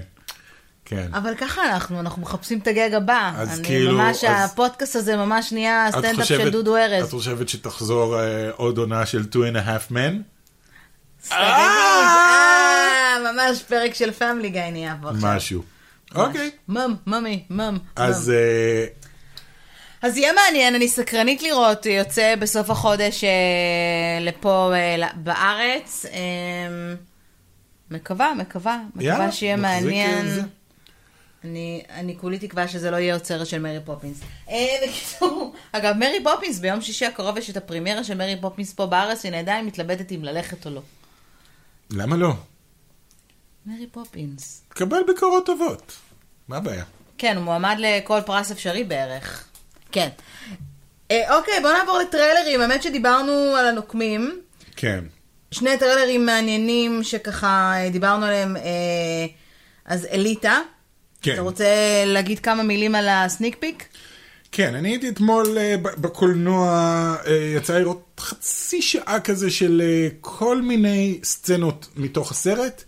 Speaker 2: כן.
Speaker 1: אבל ככה אנחנו, אנחנו מחפשים את הגג הבא.
Speaker 2: אז
Speaker 1: אני
Speaker 2: כאילו,
Speaker 1: ממש,
Speaker 2: אז-
Speaker 1: הפודקאסט הזה ממש נהיה
Speaker 2: את
Speaker 1: הסטנדאפ של
Speaker 2: חושבת-
Speaker 1: דודו
Speaker 2: את
Speaker 1: ארז.
Speaker 2: חושבת שתחזור אה, עוד עונה של two and a half men?
Speaker 1: אה, ממש פרק של פאמילי גיא נהיה פה עכשיו.
Speaker 2: משהו. אוקיי.
Speaker 1: ממ, ממי, ממ.
Speaker 2: אז
Speaker 1: ממ.
Speaker 2: אה,
Speaker 1: אז יהיה מעניין, אני סקרנית לראות, יוצא בסוף החודש אה, לפה אה, ל- בארץ. אה, מקווה, מקווה,
Speaker 2: יאללה,
Speaker 1: מקווה שיהיה
Speaker 2: נחזיק
Speaker 1: מעניין.
Speaker 2: את זה.
Speaker 1: אני, אני כולי תקווה שזה לא יהיה עוצרת של מרי פופינס. אה, בקיצור, אגב, מרי פופינס, ביום שישי הקרוב יש את הפרימיירה של מרי פופינס פה בארץ, אני עדיין מתלבטת אם ללכת או לא.
Speaker 2: למה לא?
Speaker 1: מרי פופינס.
Speaker 2: תקבל ביקורות טובות. מה הבעיה?
Speaker 1: כן, הוא מועמד לכל פרס אפשרי בערך. כן. אה, אוקיי, בוא נעבור לטריילרים. האמת שדיברנו על הנוקמים.
Speaker 2: כן.
Speaker 1: שני טריילרים מעניינים שככה אה, דיברנו עליהם. אה, אז אליטה.
Speaker 2: כן.
Speaker 1: אתה רוצה להגיד כמה מילים על הסניק פיק?
Speaker 2: כן, אני הייתי אתמול אה, ב- בקולנוע, אה, יצא לי לראות חצי שעה כזה של אה, כל מיני סצנות מתוך הסרט.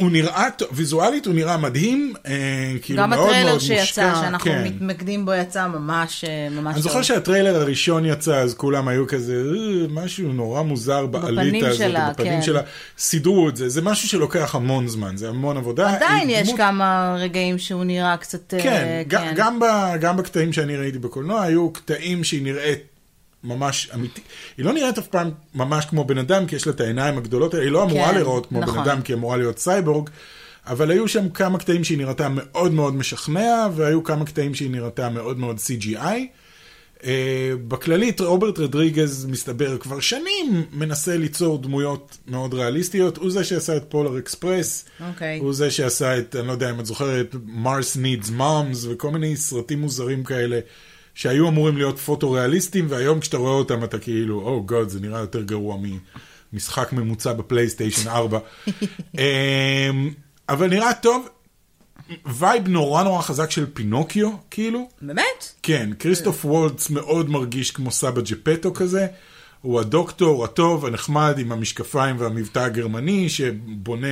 Speaker 2: הוא נראה, טוב- ויזואלית הוא נראה מדהים, אה, כאילו
Speaker 1: גם
Speaker 2: מאוד מאוד מושקע.
Speaker 1: הטריילר שיצא, שאנחנו
Speaker 2: כן.
Speaker 1: מתמקדים בו, יצא ממש אה, ממש
Speaker 2: אני זוכר
Speaker 1: טוב.
Speaker 2: שהטריילר הראשון יצא, אז כולם היו כזה, "אה, משהו נורא מוזר
Speaker 1: בפנים
Speaker 2: בעליתה הזאת,
Speaker 1: שלה,
Speaker 2: בפנים
Speaker 1: כן.
Speaker 2: שלה. סידרו את זה, זה משהו שלוקח המון זמן, זה המון עבודה.
Speaker 1: עדיין
Speaker 2: היא
Speaker 1: יש
Speaker 2: דמות-
Speaker 1: כמה רגעים שהוא נראה קצת... אה,
Speaker 2: כן, ג- גם ב- גם בקטעים שאני ראיתי בקולנוע, היו קטעים שהיא נראית ממש אמיתית. היא לא נראית אף פעם ממש כמו בן אדם, כי יש לה את העיניים הגדולות האלה, היא לא אמורה
Speaker 1: כן,
Speaker 2: להיראות כמו בן
Speaker 1: נכון.
Speaker 2: אדם, כי היא אמורה להיות סייבורג. אבל היו שם כמה קטעים שהיא נראתה מאוד מאוד משכנע, והיו כמה קטעים שהיא נראתה מאוד מאוד CGI. Uh, בכללית, רוברט רדריגז מסתבר כבר שנים מנסה ליצור דמויות מאוד ריאליסטיות. הוא זה שעשה את פולר אקספרס.
Speaker 1: אוקיי.
Speaker 2: הוא זה שעשה את, אני לא יודע אם את זוכרת, Mars Needs Moms וכל מיני סרטים מוזרים כאלה, שהיו אמורים להיות פוטו-ריאליסטים, והיום כשאתה רואה אותם אתה כאילו, או oh גוד, זה נראה יותר גרוע ממשחק ממוצע בפלייסטיישן 4. um, אבל נראה טוב, וייב נורא נורא חזק של פינוקיו, כאילו.
Speaker 1: באמת?
Speaker 2: כן, כריסטוף וולץ מאוד מרגיש כמו סבא ג'פטו כזה. הוא הדוקטור הטוב, הנחמד, עם המשקפיים והמבטא הגרמני, שבונה,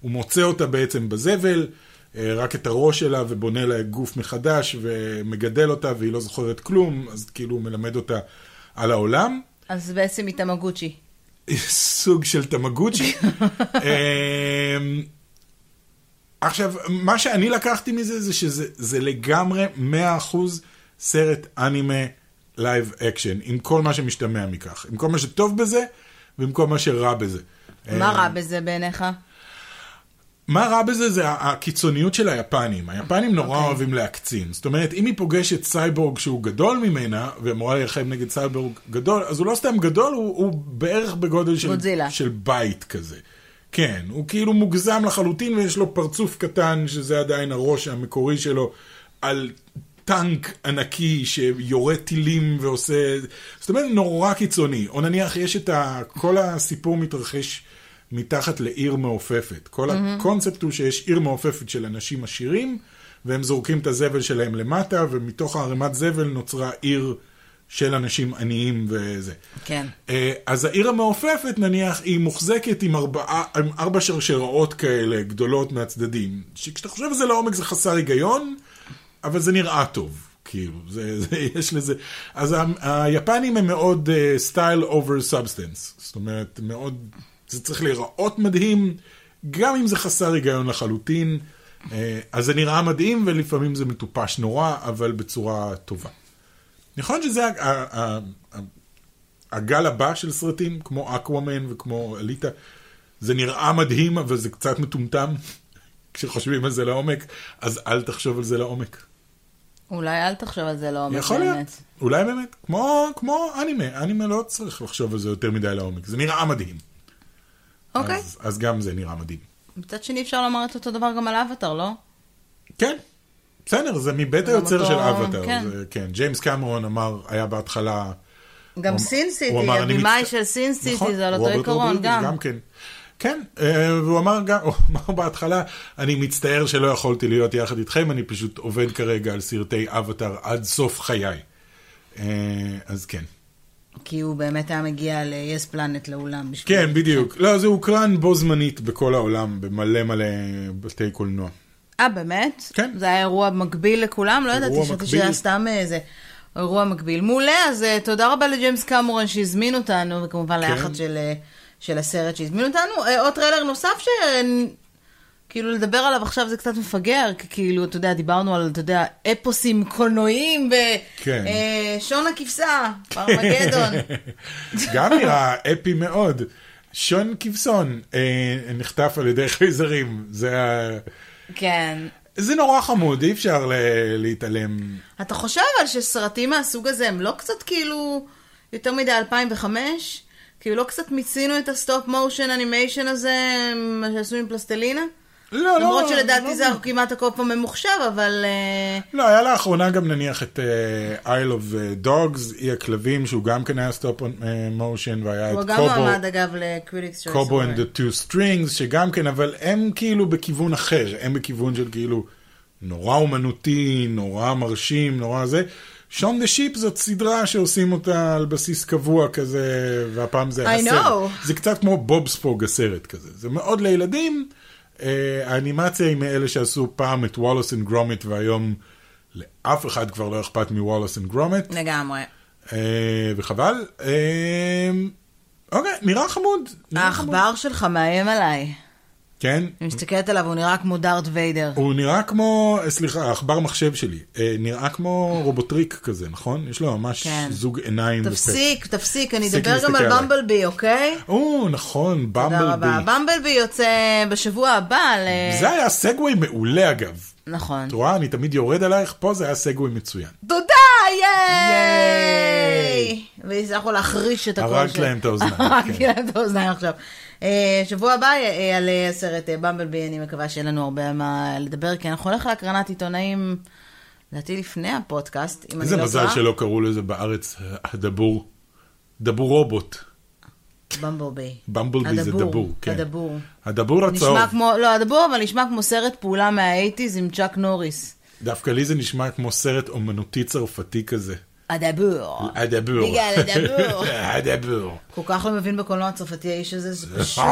Speaker 2: הוא מוצא אותה בעצם בזבל, אה, רק את הראש שלה, ובונה לה גוף מחדש, ומגדל אותה, והיא לא זוכרת כלום, אז כאילו הוא מלמד אותה על העולם.
Speaker 1: אז בעצם היא תמגוצ'י.
Speaker 2: סוג של תמגוצ'י. אמ, עכשיו, מה שאני לקחתי מזה זה שזה זה לגמרי 100% סרט אנימה לייב אקשן, עם כל מה שמשתמע מכך, עם כל מה שטוב בזה ועם כל מה שרע בזה.
Speaker 1: מה רע בזה בעיניך?
Speaker 2: מה רע בזה זה ה- הקיצוניות של היפנים. היפנים נורא okay. אוהבים להקצין. זאת אומרת, אם היא פוגשת סייבורג שהוא גדול ממנה, ואמורה להילחם נגד סייבורג גדול, אז הוא לא סתם גדול, הוא, הוא בערך בגודל של,
Speaker 1: גודזילה.
Speaker 2: של בית כזה. כן, הוא כאילו מוגזם לחלוטין ויש לו פרצוף קטן, שזה עדיין הראש המקורי שלו, על טנק ענקי שיורה טילים ועושה... זאת אומרת, נורא קיצוני. או נניח יש את ה... כל הסיפור מתרחש מתחת לעיר מעופפת. כל הקונספט הוא שיש עיר מעופפת של אנשים עשירים, והם זורקים את הזבל שלהם למטה, ומתוך הערימת זבל נוצרה עיר של אנשים עניים וזה.
Speaker 1: כן.
Speaker 2: אה, אז העיר המעופפת נניח היא מוחזקת עם, ארבעה, עם ארבע שרשראות כאלה גדולות מהצדדים, שכשאתה חושב על זה לעומק זה חסר היגיון, אבל זה נראה טוב, כאילו, זה, זה, יש לזה... אז ה, היפנים הם מאוד אה, style over substance, זאת אומרת, מאוד, זה צריך להיראות מדהים, גם אם זה חסר היגיון לחלוטין, אה, אז זה נראה מדהים ולפעמים זה מטופש נורא, אבל בצורה טובה. נכון שזה ה- ה- ה- ה- הגל הבא של סרטים, כמו אקוואמן וכמו אליטה, זה נראה מדהים, אבל זה קצת מטומטם. כשחושבים על זה לעומק, אז אל תחשוב על זה לעומק.
Speaker 1: אולי אל תחשוב על זה לעומק.
Speaker 2: יכול
Speaker 1: באמת.
Speaker 2: להיות, אולי באמת, כמו, כמו אנימה, אנימה לא צריך לחשוב על זה יותר מדי לעומק, זה נראה מדהים.
Speaker 1: אוקיי.
Speaker 2: אז, אז גם זה נראה מדהים.
Speaker 1: מצד שני אפשר לומר את אותו דבר גם על אבטר, לא?
Speaker 2: כן, בסדר, זה מבית
Speaker 1: גם
Speaker 2: היוצר
Speaker 1: אותו-
Speaker 2: של אבטר.
Speaker 1: כן.
Speaker 2: זה- כן, ג'יימס קמרון אמר, היה בהתחלה...
Speaker 1: גם
Speaker 2: הוא- אמ-
Speaker 1: סין סיטי,
Speaker 2: הוא אמר, "אני
Speaker 1: הבמאי
Speaker 2: מצט-
Speaker 1: של סין סיטי,
Speaker 2: נכון,
Speaker 1: זה על אותו
Speaker 2: רוברט
Speaker 1: עיקרון
Speaker 2: רודריגז,
Speaker 1: גם.
Speaker 2: גם כן. כן, אה, והוא אמר גם, הוא אמר בהתחלה, אני מצטער שלא יכולתי להיות יחד איתכם, אני פשוט עובד כרגע על סרטי אבטאר עד סוף חיי. אה, אז כן.
Speaker 1: כי הוא באמת היה מגיע ל-yes planet לאולם. בשביל-
Speaker 2: כן, בדיוק. לא, זה הוקרן בו זמנית בכל העולם, במלא מלא בתי קולנוע.
Speaker 1: אה, באמת?
Speaker 2: כן.
Speaker 1: זה היה אירוע מקביל לכולם? לא ידעתי
Speaker 2: אירוע
Speaker 1: שאתה
Speaker 2: מקביל.
Speaker 1: שהיה סתם איזה אירוע מקביל. מעולה, אז אה, תודה רבה לג'יימס קמרון שהזמין אותנו, וכמובן
Speaker 2: כן.
Speaker 1: ליחד של, אה, של הסרט שהזמין אותנו. אה, עוד טריילר נוסף ש... כאילו לדבר עליו עכשיו זה קצת מפגר, כי כאילו, אתה יודע, דיברנו על, אתה יודע, אפוסים קולנועיים ב...
Speaker 2: כן.
Speaker 1: אה, שון הכבשה, ארמגדון.
Speaker 2: גם נראה אפי מאוד. שון כבשון אה, נחטף על ידי חייזרים, זה ה...
Speaker 1: כן.
Speaker 2: זה נורא חמוד, אי אפשר ל- להתעלם.
Speaker 1: אתה חושב אבל שסרטים מהסוג הזה הם לא קצת כאילו יותר מדי 2005? כאילו לא קצת מיצינו את הסטופ מושן אנימיישן הזה, מה שעשו עם פלסטלינה?
Speaker 2: לא, לא.
Speaker 1: למרות שלדעתי
Speaker 2: לא,
Speaker 1: זה כמעט הכל פעם ממוחשב, אבל... אה,
Speaker 2: לא, היה לאחרונה גם נניח את אה, Isle of Dogs, אי הכלבים, שהוא גם כן היה סטופ מושן, והיה את
Speaker 1: הוא גם לא
Speaker 2: קובו,
Speaker 1: מועמד אגב לקריטיקס
Speaker 2: קובו and the two strings, שגם כן, אבל הם כאילו בכיוון אחר, הם בכיוון של כאילו נורא אומנותי, נורא מרשים, נורא זה. שון דה שיפ זאת סדרה שעושים אותה על בסיס קבוע כזה, והפעם זה
Speaker 1: I
Speaker 2: הסרט.
Speaker 1: know.
Speaker 2: זה קצת כמו בוב ספוג הסרט כזה. זה מאוד לילדים. אה, האנימציה היא מאלה שעשו פעם את וולוס אנד גרומט, והיום לאף אחד כבר לא אכפת מוולוס אנד גרומט.
Speaker 1: לגמרי.
Speaker 2: אה, וחבל. אה, אוקיי, נראה חמוד. נראה חמוד.
Speaker 1: העכבר שלך מאיים עליי.
Speaker 2: כן.
Speaker 1: אני מסתכלת עליו, הוא נראה כמו דארט ויידר.
Speaker 2: הוא נראה כמו, אה, סליחה, העכבר מחשב שלי, אה, נראה כמו רובוטריק כזה, נכון? יש לו ממש
Speaker 1: כן.
Speaker 2: זוג עיניים. ופה.
Speaker 1: תפסיק, תפסיק, אני
Speaker 2: תפסיק
Speaker 1: אדבר גם
Speaker 2: להסתכל
Speaker 1: על
Speaker 2: עליי.
Speaker 1: במבלבי, אוקיי?
Speaker 2: או, נכון,
Speaker 1: תודה רבה.
Speaker 2: במבלבי.
Speaker 1: במבלבי יוצא בשבוע הבא ל...
Speaker 2: זה היה סגווי מעולה אגב.
Speaker 1: נכון.
Speaker 2: את רואה, אני תמיד יורד עלייך, פה זה היה סגווי מצוין.
Speaker 1: תודה! ייי! והצלחנו להחריש את הקול
Speaker 2: הרגת
Speaker 1: שלי.
Speaker 2: להם את האוזניים,
Speaker 1: הרגתי
Speaker 2: כן.
Speaker 1: להם את האוזניים עכשיו. אה, שבוע הבא אה, על אה, הסרט אה, במבלבי, אני מקווה שיהיה לנו הרבה מה לדבר, כי אנחנו הולך להקרנת עיתונאים, לדעתי לפני הפודקאסט, אם אני לא
Speaker 2: איזה
Speaker 1: טועה.
Speaker 2: מזל שלא קראו לזה בארץ אה, הדבור, דבור רובוט.
Speaker 1: במבלבי.
Speaker 2: במבלבי זה
Speaker 1: הדבור,
Speaker 2: דבור, כן.
Speaker 1: הדבור.
Speaker 2: הדבור הצהוב.
Speaker 1: נשמע כמו, לא, הדבור, אבל נשמע כמו סרט פעולה מהאייטיז עם צ'אק נוריס.
Speaker 2: דווקא לי זה נשמע כמו סרט אומנותי צרפתי כזה.
Speaker 1: הדבור.
Speaker 2: הדבור.
Speaker 1: בגלל הדבור.
Speaker 2: הדבור.
Speaker 1: כל כך לא מבין בקולנוע הצרפתי האיש הזה, זה פשוט...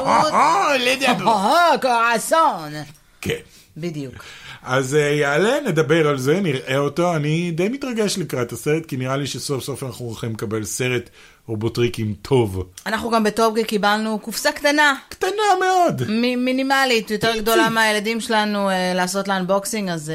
Speaker 2: הדבור.
Speaker 1: אה, קרסון.
Speaker 2: כן.
Speaker 1: בדיוק.
Speaker 2: אז אה, יעלה, נדבר על זה, נראה אותו. אני די מתרגש לקראת הסרט, כי נראה לי שסוף סוף אנחנו הולכים לקבל סרט רובוטריקים טוב.
Speaker 1: אנחנו גם בטופגה קיבלנו קופסה קטנה,
Speaker 2: קטנה מאוד.
Speaker 1: מ- מינימלית, יותר גדולה מהילדים שלנו אה, לעשות לה אנבוקסינג, אז אה,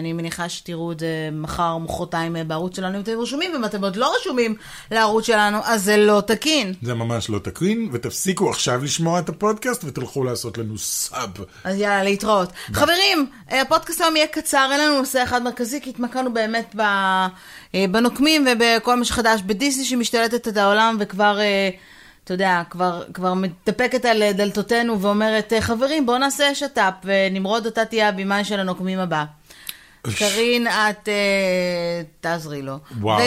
Speaker 1: אני מניחה שתראו את זה מחר או מחרתיים אה, בערוץ שלנו אם אתם רשומים, ואם אתם עוד לא רשומים לערוץ שלנו, אז זה לא תקין.
Speaker 2: זה ממש לא תקרין, ותפסיקו עכשיו לשמוע את הפודקאסט ותלכו לעשות לנו סאב.
Speaker 1: אז יאללה, להתראות. חברים, אה, הפודקאסט היום יהיה קצר, אין לנו נושא אחד מרכזי, כי התמקדנו באמת ב- אה, בנוקמים ובכל מה שחדש בדיסני שמשתלטת את העולם וכבר, אה, אתה יודע, כבר, כבר מתדפקת על אה, דלתותינו ואומרת, אה, חברים, בואו נעשה שת"פ, ונמרוד, אתה תהיה הבמאי של הנוקמים הבא. קארין, את אה, תעזרי לו.
Speaker 2: וואו,
Speaker 1: ו-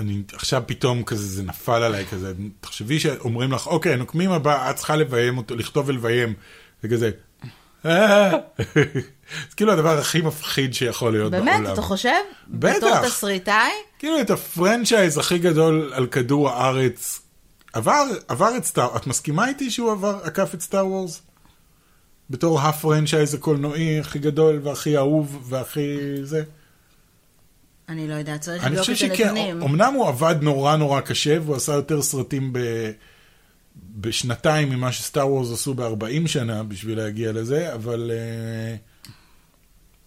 Speaker 2: אני עכשיו פתאום כזה, זה נפל עליי כזה. תחשבי שאומרים לך, אוקיי, נוקמים הבא, את צריכה לביים אותו, לכתוב ולביים. זה כזה, "אה." זה כאילו הדבר הכי מפחיד שיכול להיות בעולם.
Speaker 1: באמת, אתה חושב?
Speaker 2: בטח.
Speaker 1: בתור תסריטאי?
Speaker 2: כאילו את הפרנצ'ייז הכי גדול על כדור הארץ. עבר, עבר את סטאר, את מסכימה איתי שהוא עבר, עקף את סטאר וורס? בתור הפרנצ'ייז הקולנועי הכי גדול והכי אהוב והכי זה?
Speaker 1: אני לא יודעת, צריך
Speaker 2: אני
Speaker 1: לבדוק
Speaker 2: חושב
Speaker 1: את
Speaker 2: שכן,
Speaker 1: הנתונים.
Speaker 2: אמנם הוא עבד נורא נורא קשה והוא עשה יותר סרטים ב... בשנתיים ממה שסטאר וורס עשו ב-40 שנה בשביל להגיע לזה, אבל uh,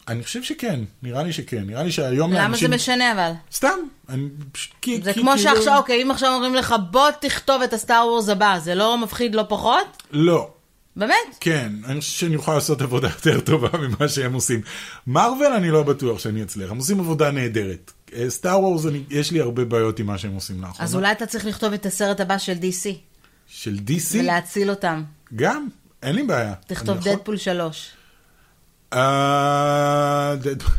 Speaker 2: אני חושב שכן, נראה לי שכן, נראה לי שהיום
Speaker 1: למה זה
Speaker 2: לאנשים...
Speaker 1: משנה אבל?
Speaker 2: סתם, אני פשוט... כי-
Speaker 1: זה
Speaker 2: כי-
Speaker 1: כמו
Speaker 2: כאילו-
Speaker 1: שעכשיו, אוקיי, אם עכשיו אומרים לך, בוא תכתוב את הסטאר וורס הבא, זה לא מפחיד לא פחות?
Speaker 2: לא,
Speaker 1: באמת?
Speaker 2: כן, אני חושב שאני יכול לעשות עבודה יותר טובה ממה שהם עושים. מארוול אני לא בטוח שאני אצליח, הם עושים עבודה נהדרת. אה, סטאר וורס, יש לי הרבה בעיות עם מה שהם עושים לאחרונה.
Speaker 1: אז אולי אתה צריך לכתוב את הסרט הבא של DC,
Speaker 2: של DC?
Speaker 1: ולהציל אותם.
Speaker 2: גם, אין לי בעיה.
Speaker 1: תכתוב
Speaker 2: אני יכול-
Speaker 1: דדפול 3.
Speaker 2: אה, דדפול.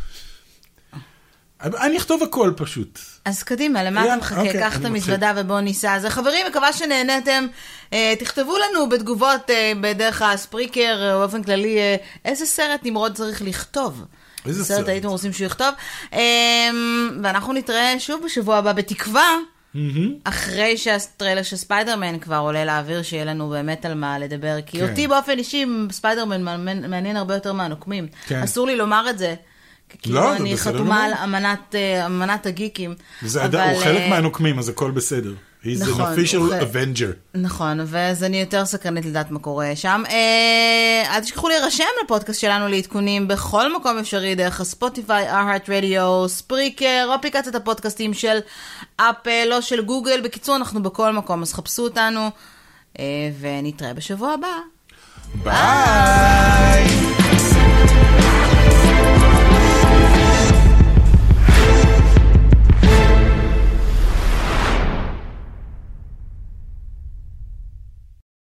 Speaker 2: אני אכתוב הכל פשוט.
Speaker 1: אז קדימה, למה אתה
Speaker 2: יאללה,
Speaker 1: מחכה?
Speaker 2: אוקיי,
Speaker 1: קח את
Speaker 2: אני
Speaker 1: המזוודה ובואו ניסע. אז חברים, מקווה שנהנתם. אה, תכתבו לנו בתגובות אה, בדרך הספריקר, אה, באופן כללי, אה, איזה סרט נמרוד צריך לכתוב.
Speaker 2: איזה סרט?
Speaker 1: הייתם רוצים שהוא יכתוב. אה, ואנחנו נתראה שוב בשבוע הבא, בתקווה, אחרי שהטריילר של ספיידרמן כבר עולה לאוויר, שיהיה לנו באמת על מה לדבר. כי
Speaker 2: כן.
Speaker 1: אותי באופן אישי, ספיידרמן מעניין- מעניין הרבה יותר מהנוקמים.
Speaker 2: כן.
Speaker 1: אסור לי לומר את זה. כי כאילו
Speaker 2: לא, זה
Speaker 1: אני
Speaker 2: בסדר
Speaker 1: חתומה על
Speaker 2: גמור.
Speaker 1: אמנת, אה, אמנת הגיקים.
Speaker 2: זה
Speaker 1: אבל,
Speaker 2: עדיין- הוא חלק
Speaker 1: אה,
Speaker 2: מהנוקמים, אז הכל בסדר. He's
Speaker 1: נכון,
Speaker 2: an
Speaker 1: הוא
Speaker 2: official
Speaker 1: חלק-
Speaker 2: avenger.
Speaker 1: נכון, ואז אני יותר סקרנית לדעת מה קורה שם. אה, אל תשכחו להירשם לפודקאסט שלנו לעדכונים בכל מקום אפשרי, דרך הספוטיפיי, ארה"ט רדיו, ספריקר, או אפליקציית הפודקאסטים של אפל או של גוגל. בקיצור, אנחנו בכל מקום, אז חפשו אותנו, אה, ונתראה בשבוע הבא.
Speaker 2: ביי!